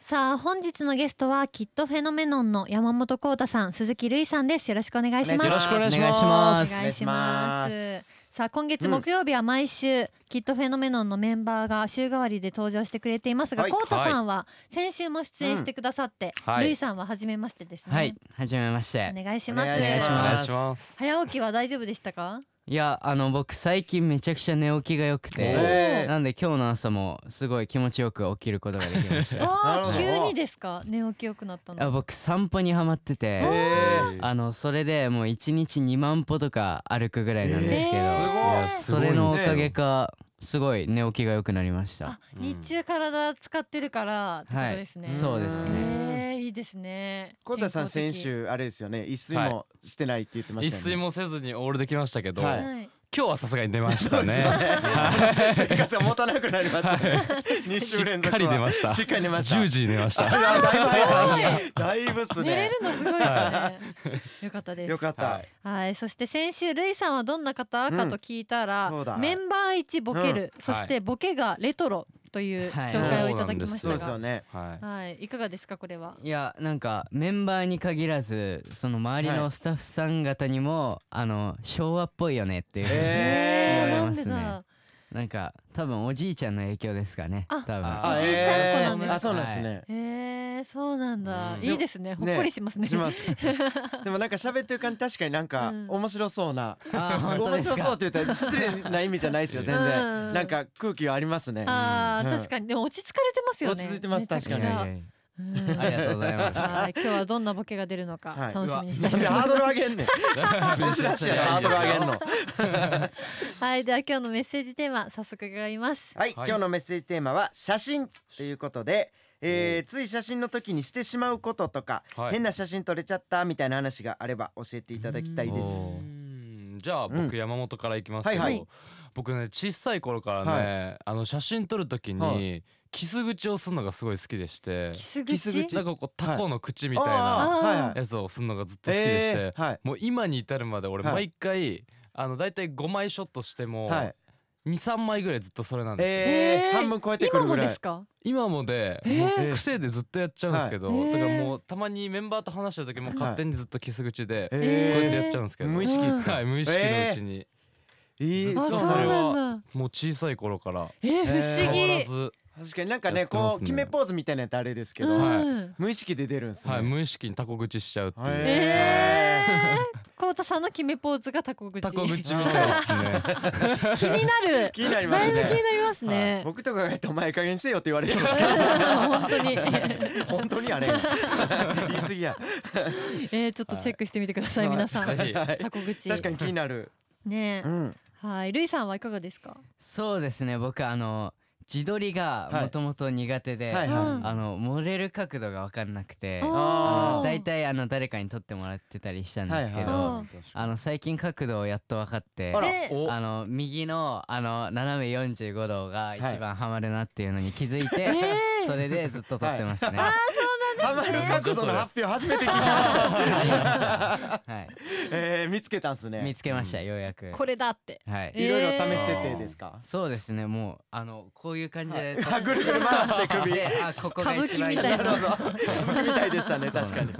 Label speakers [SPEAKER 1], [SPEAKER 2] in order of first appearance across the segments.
[SPEAKER 1] さあ本日のゲストはきっとフェノメノンの山本幸太さん鈴木瑠衣さんですよろしくお願いします
[SPEAKER 2] よろしくお願いし
[SPEAKER 1] お
[SPEAKER 2] ます
[SPEAKER 1] 願いしま
[SPEAKER 3] お願い
[SPEAKER 1] す。さあ今月木曜日は毎週、きっとフェノメノンのメンバーが週替わりで登場してくれていますが、
[SPEAKER 3] はい
[SPEAKER 1] コウタさんは先週も出演してくださって、
[SPEAKER 2] うんはい
[SPEAKER 1] ルイさんは初めましてですね。
[SPEAKER 2] はい、はじめまして。
[SPEAKER 1] お願いします。
[SPEAKER 3] お願いし
[SPEAKER 2] お
[SPEAKER 3] ま
[SPEAKER 2] 願いします。
[SPEAKER 1] 早起きは大丈夫でしたか？
[SPEAKER 2] いや、あの僕最近めちゃくちゃ寝起きが良くて、
[SPEAKER 3] え
[SPEAKER 2] なんで今日の朝もすごい気持ちよく起きることができました。
[SPEAKER 3] なる
[SPEAKER 1] あ
[SPEAKER 3] ほ
[SPEAKER 1] あ
[SPEAKER 3] ど
[SPEAKER 1] 急にですか？寝起きよくなった
[SPEAKER 2] あ
[SPEAKER 1] の。
[SPEAKER 2] 僕散歩にハマってて、
[SPEAKER 3] え
[SPEAKER 2] あのそれでもう一日2万歩とか歩くぐらいなんですけど、
[SPEAKER 1] えー
[SPEAKER 2] いや
[SPEAKER 1] す
[SPEAKER 2] それのおかげかすごい寝起きが良くなりました
[SPEAKER 1] あ。日中体使ってるからってことですね。
[SPEAKER 3] はい
[SPEAKER 2] そうですね。
[SPEAKER 1] えーいいですね。
[SPEAKER 3] コウタさん
[SPEAKER 1] 健康
[SPEAKER 3] 先
[SPEAKER 1] 的。
[SPEAKER 3] 週あれですよね一睡もしてないって言ってまし
[SPEAKER 4] 一
[SPEAKER 3] たよ
[SPEAKER 4] 睡
[SPEAKER 3] ね
[SPEAKER 4] もせずにオールできましたけど、
[SPEAKER 3] はい
[SPEAKER 1] はい。
[SPEAKER 4] 今日はさすがに出ましたね。
[SPEAKER 3] 生活が持たなくなります二週連続は
[SPEAKER 4] しっかり出ました
[SPEAKER 3] しっかり出ました
[SPEAKER 4] 10時に寝ま し
[SPEAKER 3] あ
[SPEAKER 4] た。
[SPEAKER 3] だいぶ早
[SPEAKER 1] す
[SPEAKER 3] いだいぶっす
[SPEAKER 1] 寝れ
[SPEAKER 3] ね
[SPEAKER 1] るのすごいですね。よかったです。
[SPEAKER 3] よかった
[SPEAKER 4] はい
[SPEAKER 1] はい、そして先週ルイさんはどんな方かと聞いたら、
[SPEAKER 3] うんそうだ
[SPEAKER 1] メンバー1ボケる、そしてボケがレトロという
[SPEAKER 2] はい
[SPEAKER 1] 紹介をいただきまし
[SPEAKER 3] そう
[SPEAKER 1] た
[SPEAKER 3] ですよ
[SPEAKER 1] が、
[SPEAKER 3] ね
[SPEAKER 4] はい
[SPEAKER 1] はい、いかがですかこれは。
[SPEAKER 2] いやなんかメンバーに限らずその周り
[SPEAKER 3] は
[SPEAKER 2] の
[SPEAKER 3] い
[SPEAKER 2] スタッフさん方にも、あの昭和っぽいよねっていう、
[SPEAKER 3] え
[SPEAKER 2] ー
[SPEAKER 1] ーなんでだ。
[SPEAKER 2] なんか多分おじいちゃんの影響ですかね
[SPEAKER 1] あ
[SPEAKER 2] 多分
[SPEAKER 4] あ
[SPEAKER 3] あ
[SPEAKER 1] おじいち
[SPEAKER 3] え
[SPEAKER 1] ゃん子なんです
[SPEAKER 3] ー
[SPEAKER 1] か
[SPEAKER 3] あそうなんですね
[SPEAKER 1] えー、そうなんだ、
[SPEAKER 4] うん
[SPEAKER 1] いいですね。ほっ
[SPEAKER 3] ね
[SPEAKER 1] こりしますね。
[SPEAKER 3] しますでもなんか喋ってる感じ確かになんか
[SPEAKER 1] うん
[SPEAKER 3] 面白そうな
[SPEAKER 2] あー本当
[SPEAKER 3] 面
[SPEAKER 2] です
[SPEAKER 3] 白そうっ
[SPEAKER 2] か
[SPEAKER 3] て言ったら失礼な意味じゃないですよ全
[SPEAKER 1] う
[SPEAKER 3] 然
[SPEAKER 1] ん
[SPEAKER 3] なんか空気はありますね
[SPEAKER 1] ああ、
[SPEAKER 3] うん
[SPEAKER 1] 確かにでも落ち着かれてますよね。
[SPEAKER 3] 落ち着いてます
[SPEAKER 1] めちゃくちゃ
[SPEAKER 3] 確
[SPEAKER 2] い
[SPEAKER 3] か
[SPEAKER 2] やいやいや
[SPEAKER 1] うん
[SPEAKER 2] ありがとうございます
[SPEAKER 1] はい今日はどんなボケが出るのか
[SPEAKER 3] はい
[SPEAKER 1] 楽しみにして
[SPEAKER 3] ないん
[SPEAKER 1] ます
[SPEAKER 3] でハードル上げ んねん珍しいやろハードル上げんの
[SPEAKER 1] はい、では今日のメッセージテーマ早速伺います。
[SPEAKER 3] はい、
[SPEAKER 4] はい
[SPEAKER 3] 今日のメッセージテーマは写真ということで、えーつい写真の時にしてしまうこととか、
[SPEAKER 4] はい
[SPEAKER 3] 変な写真撮れちゃったみたいな話があれば教えていただきたいで
[SPEAKER 4] う
[SPEAKER 3] す。
[SPEAKER 4] ーんじゃあ
[SPEAKER 3] うん
[SPEAKER 4] 僕山本からいきますけど、
[SPEAKER 3] はい
[SPEAKER 1] はい
[SPEAKER 4] 僕ね小さい頃からね、あの写真撮るときに、
[SPEAKER 3] はい
[SPEAKER 4] キス口をするのがすごい好きでして
[SPEAKER 1] キス口
[SPEAKER 3] キス口
[SPEAKER 4] なんかこうタコの口みたい
[SPEAKER 1] あ
[SPEAKER 4] な
[SPEAKER 1] ー
[SPEAKER 3] はいはい。
[SPEAKER 4] やつをするのがずっと好きでして、
[SPEAKER 3] えーはい
[SPEAKER 4] もう今に至るまで俺
[SPEAKER 3] はい
[SPEAKER 4] 毎回、あの大体5枚ショットしても
[SPEAKER 3] はい。
[SPEAKER 4] 23枚ぐらいずっとそれなんです
[SPEAKER 3] え
[SPEAKER 4] よ、
[SPEAKER 3] ー半分超えてくるぐら
[SPEAKER 1] 今もで
[SPEAKER 3] い
[SPEAKER 1] す。か？
[SPEAKER 4] 今もで、
[SPEAKER 1] えー
[SPEAKER 3] えー
[SPEAKER 4] 癖でずっとやっちゃうんですけど、
[SPEAKER 1] はい
[SPEAKER 4] だからもうたまにメンバーと話してる時も勝手にずっとキス口で、
[SPEAKER 3] え
[SPEAKER 4] こうや
[SPEAKER 3] ー
[SPEAKER 4] ってやっちゃうんですけど、
[SPEAKER 3] 無意識ですか。
[SPEAKER 4] はい無意識のうちに、
[SPEAKER 3] えー
[SPEAKER 1] あ、
[SPEAKER 4] そう
[SPEAKER 1] そう
[SPEAKER 4] それは
[SPEAKER 1] なんだ。
[SPEAKER 4] もう小さい頃から
[SPEAKER 1] えー、不思
[SPEAKER 4] 変わら
[SPEAKER 1] 議。
[SPEAKER 4] ず、
[SPEAKER 3] 確かになんか
[SPEAKER 4] や
[SPEAKER 3] ね、
[SPEAKER 4] ってま
[SPEAKER 3] こ
[SPEAKER 4] すね
[SPEAKER 3] う決めポーズみたいなやつあれですけ
[SPEAKER 1] う
[SPEAKER 3] ど、
[SPEAKER 4] はい
[SPEAKER 1] ん。
[SPEAKER 3] 無意識で出るんですね。
[SPEAKER 4] はい無意識にタコ口しちゃうっていう、
[SPEAKER 3] え
[SPEAKER 1] えー、コウタさんの決めポーズがタコ口。
[SPEAKER 4] タコ
[SPEAKER 1] 気
[SPEAKER 4] 口みたいですね
[SPEAKER 1] になる。
[SPEAKER 3] 気になりま
[SPEAKER 1] だ
[SPEAKER 3] す
[SPEAKER 1] いぶ気にな
[SPEAKER 3] ね。
[SPEAKER 1] りますね。
[SPEAKER 3] 僕とかがやったらお前いい加減にせよって言われそうです け
[SPEAKER 1] 本当に、
[SPEAKER 3] ど、本当にあれ。言い過ぎや。
[SPEAKER 1] えー、ちょっとチェックしてみてください、
[SPEAKER 3] はい
[SPEAKER 1] 皆さん、
[SPEAKER 4] はい
[SPEAKER 1] タコ口
[SPEAKER 3] 確かに気になる。
[SPEAKER 1] ねえ
[SPEAKER 3] うん。
[SPEAKER 1] はいルイさんはいかがですか、
[SPEAKER 2] そうですね僕あの自撮りが
[SPEAKER 3] はい
[SPEAKER 2] もともと苦手で、
[SPEAKER 3] はいはい
[SPEAKER 2] あのモデル角度が分かんなくて
[SPEAKER 3] あ
[SPEAKER 2] あ
[SPEAKER 3] ー
[SPEAKER 2] の大体あの誰かに撮ってもらってたりしたんですけ
[SPEAKER 1] は
[SPEAKER 2] ど、
[SPEAKER 1] いはい
[SPEAKER 2] あの最近角度をやっと分かって
[SPEAKER 3] あら
[SPEAKER 1] で
[SPEAKER 4] お
[SPEAKER 2] あの右のあの斜め45度が一番ハマるなっていうのに気づいて、
[SPEAKER 1] えー
[SPEAKER 2] それでずっと撮ってますね。
[SPEAKER 3] ハマる角度の発表初めて聞きました。
[SPEAKER 2] はい、
[SPEAKER 3] えー、見つけたんす
[SPEAKER 2] 見
[SPEAKER 3] ね。
[SPEAKER 2] つけましたようやく。
[SPEAKER 1] これだって
[SPEAKER 2] はい。
[SPEAKER 3] いろいろ試しててですか。
[SPEAKER 2] そうですねもうあのこういう感じで。
[SPEAKER 3] あ、ぐるぐる回して首。
[SPEAKER 2] であここが一番いい
[SPEAKER 1] 歌舞伎みたい
[SPEAKER 3] なるほど。僕みたいでしたね、確かに。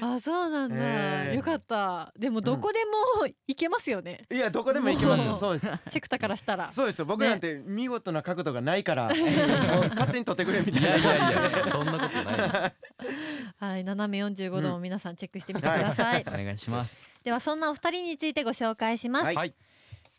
[SPEAKER 1] あそうなんだ、
[SPEAKER 3] えー
[SPEAKER 1] よかったでもどこでも行けますよ ね、
[SPEAKER 3] いや、どこでも行きますよ。
[SPEAKER 1] もう
[SPEAKER 3] そうです。
[SPEAKER 1] チェクタからしたら
[SPEAKER 3] そうですよ。僕なんて見事な角度がないから、もう勝手に取ってくれみた
[SPEAKER 4] いや
[SPEAKER 3] い
[SPEAKER 4] いやい
[SPEAKER 3] な。
[SPEAKER 4] やそんなことないです
[SPEAKER 1] はい斜め45度も皆さんチェックしてみてください、
[SPEAKER 2] お願いします。
[SPEAKER 1] ではそんなお二人についてご紹介します、
[SPEAKER 3] は
[SPEAKER 4] はい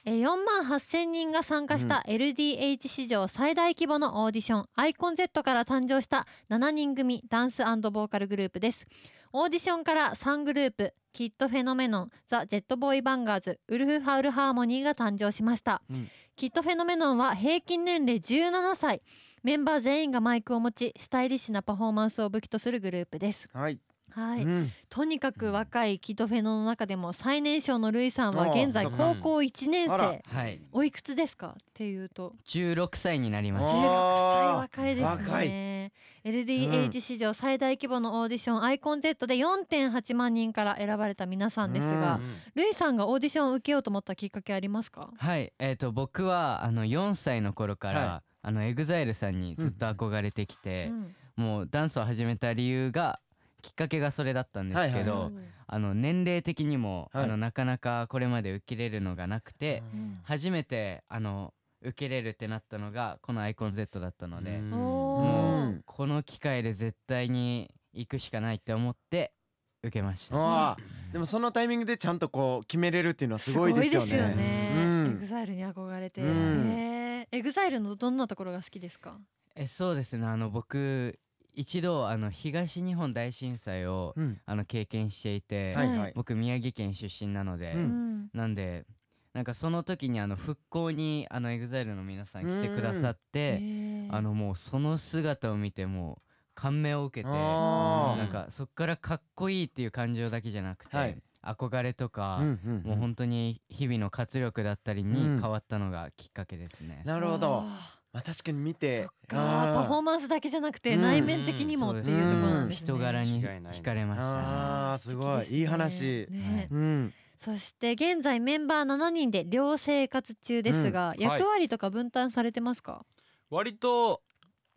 [SPEAKER 1] えー4万8000人が参加した LDH 史上最大規模のオーディション、アイコン Z から誕生した7人組ダンスボーカルグループですオーディションから3グループキッドフェノメノンザ・ジェットボーイ・バンガーズウルフ・ハウル・ハーモニーが誕生しました、
[SPEAKER 3] うん
[SPEAKER 1] キッドフェノメノンは平均年齢17歳メンバー全員がマイクを持ちスタイリッシュなパフォーマンスを武器とするグループです
[SPEAKER 3] はい。
[SPEAKER 1] はい、
[SPEAKER 3] うん
[SPEAKER 1] とにかく若いキッドフェノの中でも最年少のルイさんは現在
[SPEAKER 3] ああ
[SPEAKER 1] 高校1年
[SPEAKER 3] あら
[SPEAKER 1] 生
[SPEAKER 2] はい。
[SPEAKER 1] おいくつですかっていうと
[SPEAKER 2] 16歳になりまし
[SPEAKER 3] あ
[SPEAKER 2] た。
[SPEAKER 1] 16歳若
[SPEAKER 3] ー
[SPEAKER 1] いです
[SPEAKER 3] 若
[SPEAKER 1] ね LDH 史上最大規模のオーディション、アイコン Z で4.8万人から選ばれた皆さんです
[SPEAKER 3] う
[SPEAKER 1] が
[SPEAKER 4] うん
[SPEAKER 1] ルイさんがオーディションを受けようと思ったきっかけありますか
[SPEAKER 2] はい。えっ、と僕はあの4歳の頃から、
[SPEAKER 3] は
[SPEAKER 2] あのエグザイルさんにずっと憧れてきて、もうダンスを始めた理由がきっかけがそれだったんですけど、
[SPEAKER 3] はい
[SPEAKER 2] あの年齢的にも、
[SPEAKER 3] はい
[SPEAKER 2] あのなかなかこれまで受けれるのがなくて、
[SPEAKER 1] うん
[SPEAKER 2] 初めてあの受けれるってなったのがこの「アイコン z だったので、
[SPEAKER 4] うん
[SPEAKER 1] お
[SPEAKER 3] う
[SPEAKER 1] ー
[SPEAKER 3] ん
[SPEAKER 2] この機会で絶対に行くしかないって思って受けました。
[SPEAKER 3] あーでもそのタイミングでちゃんとこう決めれるっていうのはすごいですよね
[SPEAKER 1] すごいですよね。
[SPEAKER 3] う
[SPEAKER 1] エ
[SPEAKER 3] ん
[SPEAKER 1] グザイルに憧れて。
[SPEAKER 3] うん
[SPEAKER 1] ねえエグザイルのどんなところが好きですか？
[SPEAKER 2] えそうですねあの僕一度あの東日本大震災を、
[SPEAKER 3] うん
[SPEAKER 2] あの経験していて、
[SPEAKER 3] はいはい
[SPEAKER 2] 僕宮城県出身なので、
[SPEAKER 3] う
[SPEAKER 1] うんん。
[SPEAKER 2] なんでなんかその時にあの復興にあの EXILE の皆さん来てくださって、
[SPEAKER 1] へえ
[SPEAKER 2] あのもうその姿を見てもう感銘を受けて
[SPEAKER 3] あー
[SPEAKER 2] なんかそっからかっこいいっていう感情だけじゃなくて、
[SPEAKER 3] はい
[SPEAKER 2] 憧れとか、
[SPEAKER 3] うんうん
[SPEAKER 2] もう本当に日々の活力だったり
[SPEAKER 3] うん
[SPEAKER 2] に変わったのがきっかけですね。
[SPEAKER 3] なるほど
[SPEAKER 1] あ
[SPEAKER 3] まあ確かに見
[SPEAKER 1] ー
[SPEAKER 3] て
[SPEAKER 1] そっか。パフォー
[SPEAKER 3] ン
[SPEAKER 1] マンスだけじゃなくて
[SPEAKER 3] うん
[SPEAKER 1] 内面的にもっていうところなんですね。
[SPEAKER 2] 人柄に
[SPEAKER 4] 間違いない
[SPEAKER 2] 惹かれましたね。
[SPEAKER 3] あーすごいいい話
[SPEAKER 1] 素敵ですねね
[SPEAKER 3] うん
[SPEAKER 1] そして現在メンバー7人で寮生活中ですが、
[SPEAKER 4] い
[SPEAKER 1] 役割とか分担されてますか、
[SPEAKER 4] 割と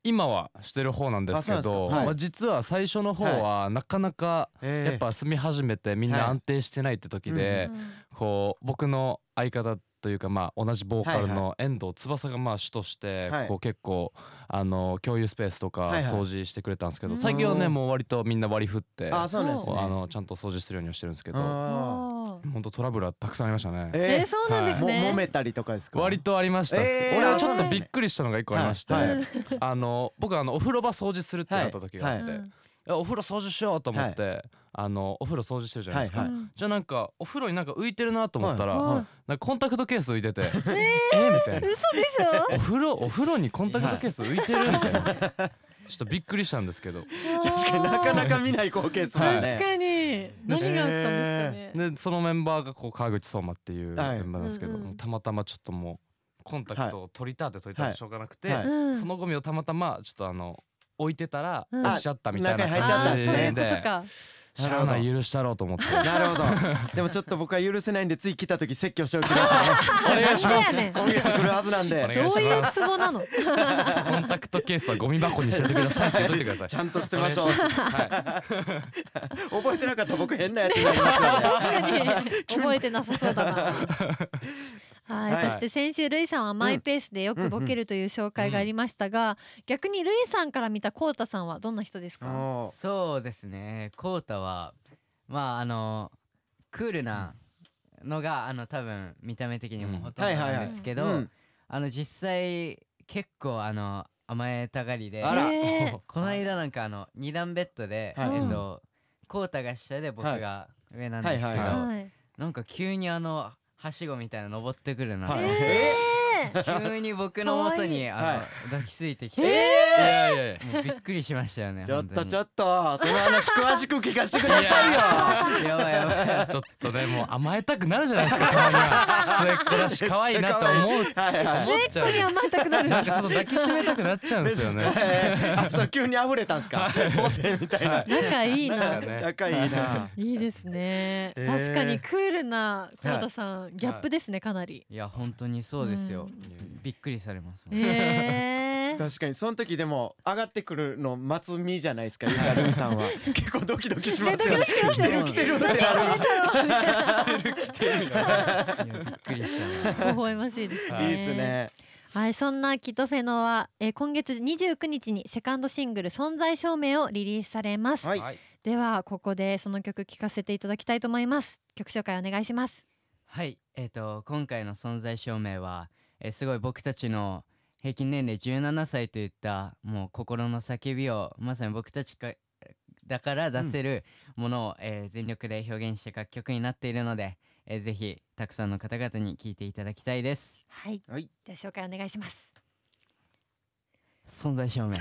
[SPEAKER 4] 今はしてる方なんですけ
[SPEAKER 3] あそうなん
[SPEAKER 4] ど、
[SPEAKER 3] ですかはい
[SPEAKER 4] まあ、実は最初の方はなかなかや
[SPEAKER 3] や
[SPEAKER 4] っぱ住み始めてみん
[SPEAKER 3] は
[SPEAKER 4] ない安定してないって時で、
[SPEAKER 1] うん
[SPEAKER 4] こう僕の相方というかまあ同じボーカル
[SPEAKER 3] はい
[SPEAKER 4] の遠藤翼がまあ主として
[SPEAKER 3] はい
[SPEAKER 4] こう結構あの共有スペースとか
[SPEAKER 3] はいはい
[SPEAKER 4] 掃除してくれたんですけ
[SPEAKER 1] う
[SPEAKER 4] ど
[SPEAKER 1] ん
[SPEAKER 4] 最近はねもう割とみんな割り振って
[SPEAKER 3] あー
[SPEAKER 4] こ
[SPEAKER 3] そうなんです
[SPEAKER 4] う
[SPEAKER 3] ね
[SPEAKER 4] あのちゃんと掃除するようにはしてるんですけど
[SPEAKER 3] あ
[SPEAKER 1] あー
[SPEAKER 4] 本当トラブルはたくさんありましたね
[SPEAKER 3] ー
[SPEAKER 1] え
[SPEAKER 3] え
[SPEAKER 1] ー、そうなんです
[SPEAKER 3] も
[SPEAKER 1] ね、
[SPEAKER 3] 揉めたりとかですか
[SPEAKER 4] 割とありましたっす
[SPEAKER 3] えー
[SPEAKER 4] 俺はち
[SPEAKER 1] そう
[SPEAKER 4] ょっ
[SPEAKER 1] な
[SPEAKER 4] と
[SPEAKER 1] んですね
[SPEAKER 4] びっくりしたのが一個ありまして
[SPEAKER 3] はい
[SPEAKER 1] はい
[SPEAKER 4] あの僕あのお風呂場掃除するってなった時があって
[SPEAKER 3] はい
[SPEAKER 1] うん
[SPEAKER 4] いやお風呂掃除しようと思ってあのお風呂掃除してるじゃないです
[SPEAKER 3] は
[SPEAKER 4] か
[SPEAKER 3] い
[SPEAKER 4] じゃあなんかお風呂になんか浮いてるなと思ったら
[SPEAKER 1] はい
[SPEAKER 4] なんかコンタクトケース浮いててえーみたい
[SPEAKER 1] 嘘
[SPEAKER 4] な
[SPEAKER 1] でしょ
[SPEAKER 4] お風呂お風呂にコンタクトケース浮いてるみたいなちょっとびっくりしたんですけど
[SPEAKER 3] 確かになかなか見ない光景ですもん
[SPEAKER 1] 確
[SPEAKER 3] ね
[SPEAKER 1] かに何があったんですかね、
[SPEAKER 4] でそのメンバーがこう川口相馬っていうメンバ
[SPEAKER 3] はい
[SPEAKER 4] ーなんですけど、
[SPEAKER 1] うんうん
[SPEAKER 4] たまたまちょっともうコンタクトを取りたって取りたってしょうがなくて、
[SPEAKER 3] はいはい
[SPEAKER 1] うん
[SPEAKER 4] そのゴミをたまたまちょっとあの置いてたら
[SPEAKER 1] うん
[SPEAKER 4] 落ちちゃったみたいな
[SPEAKER 3] あ中に入っちゃったん
[SPEAKER 1] あ
[SPEAKER 3] で
[SPEAKER 1] ー
[SPEAKER 4] 感
[SPEAKER 3] す
[SPEAKER 4] じ
[SPEAKER 1] そうい
[SPEAKER 4] で
[SPEAKER 1] うことか
[SPEAKER 4] 知らない許したろうと思って
[SPEAKER 3] なる ほど。でもちょっと僕は許せないんでつい来た時説教しておきましたね。
[SPEAKER 4] お願いし
[SPEAKER 1] そう
[SPEAKER 4] ま
[SPEAKER 1] やね
[SPEAKER 4] す
[SPEAKER 3] 今月来るはずなん
[SPEAKER 4] お願
[SPEAKER 3] で
[SPEAKER 4] いし
[SPEAKER 1] どういう
[SPEAKER 4] ます
[SPEAKER 1] ツボなの
[SPEAKER 4] コンタクトケースはゴミ箱に捨ててくださいって言っといてください
[SPEAKER 3] ちゃんと捨てましょう
[SPEAKER 4] お。願いしますはい
[SPEAKER 3] 覚えてなかった僕変なやつになります よね。
[SPEAKER 1] 確かに覚えてなさそう だなはい、
[SPEAKER 3] はい
[SPEAKER 1] そして先週ルイさんはマイペースでよくボケるという紹介がありましたが、逆にルイさんから見たコウタさんはどんな人ですか
[SPEAKER 3] おー
[SPEAKER 2] そうですねコウタはまああのクールなのがあの多分見た目的にもほとん
[SPEAKER 3] は
[SPEAKER 2] ど
[SPEAKER 3] いはい
[SPEAKER 2] な
[SPEAKER 3] はい
[SPEAKER 2] んですけど、
[SPEAKER 3] うん
[SPEAKER 2] あの実際結構あの甘えたがりで
[SPEAKER 3] あら
[SPEAKER 1] えー
[SPEAKER 2] この間なんかあの二段ベッドで、
[SPEAKER 3] はい
[SPEAKER 2] えっとコウタが下で僕
[SPEAKER 3] はい
[SPEAKER 2] が上なんですけど、
[SPEAKER 3] はいは
[SPEAKER 1] はい、
[SPEAKER 2] なんか急にあのはしごみたいなの登ってくるな、
[SPEAKER 3] はい
[SPEAKER 1] えー
[SPEAKER 2] 急に僕の元にあの
[SPEAKER 3] はい
[SPEAKER 2] 抱きついてき
[SPEAKER 3] え
[SPEAKER 2] て、
[SPEAKER 4] い
[SPEAKER 3] え
[SPEAKER 4] やいやいや
[SPEAKER 2] もうびっくりしましたよね
[SPEAKER 3] ーちょっとちょ
[SPEAKER 2] っ
[SPEAKER 3] っとその話詳しく聞かせてくださいよ。
[SPEAKER 2] とやばいやばい
[SPEAKER 4] ちょっとねもう甘えたくなるじゃない ですかたまには末っ子だし可愛いなと思う
[SPEAKER 3] はいはい
[SPEAKER 4] 思っちゃ
[SPEAKER 1] 子に
[SPEAKER 4] う
[SPEAKER 1] 甘えたくなる
[SPEAKER 4] なんかちょっと抱きしめたくなっちゃうんですよね
[SPEAKER 3] えー あそう急に溢れたんですか。母性みたいな。
[SPEAKER 1] 仲いいな
[SPEAKER 4] 仲ね
[SPEAKER 3] 仲いいな。
[SPEAKER 1] いいですね、
[SPEAKER 3] えー
[SPEAKER 1] 確かにクールなコウタさん、ギャップですねかなり、
[SPEAKER 2] いや本当にそうですよ、びっくりされますもん
[SPEAKER 1] えー、
[SPEAKER 3] 確かにその時でも上がってくるの待つ身じゃないですか。ゆかるみさんは結構ドキドキしますよね。
[SPEAKER 2] ドキドキ
[SPEAKER 3] 来
[SPEAKER 2] してます
[SPEAKER 3] る来てるってなる。
[SPEAKER 2] いやびっくりしたな
[SPEAKER 1] 微笑ましいですね。
[SPEAKER 3] いいですね。
[SPEAKER 1] はい、そんなキトフェノは、えー今月29日にセカンドシングル存在証明をリリースされます。
[SPEAKER 3] はい。
[SPEAKER 4] はい
[SPEAKER 1] ではここでその曲聴かせていただきたいと思います。曲紹介お願いします。
[SPEAKER 2] はいえっ、と今回の存在証明は、えーすごい僕たちの平均年齢17歳といったもう心の叫びをまさに僕たちかだから出せるものを、えー全力で表現した楽曲になっているので、えーぜひたくさんの方々に聴いていただきたいです
[SPEAKER 1] はい、
[SPEAKER 3] はい。
[SPEAKER 1] では紹介お願いします。
[SPEAKER 2] 存在証明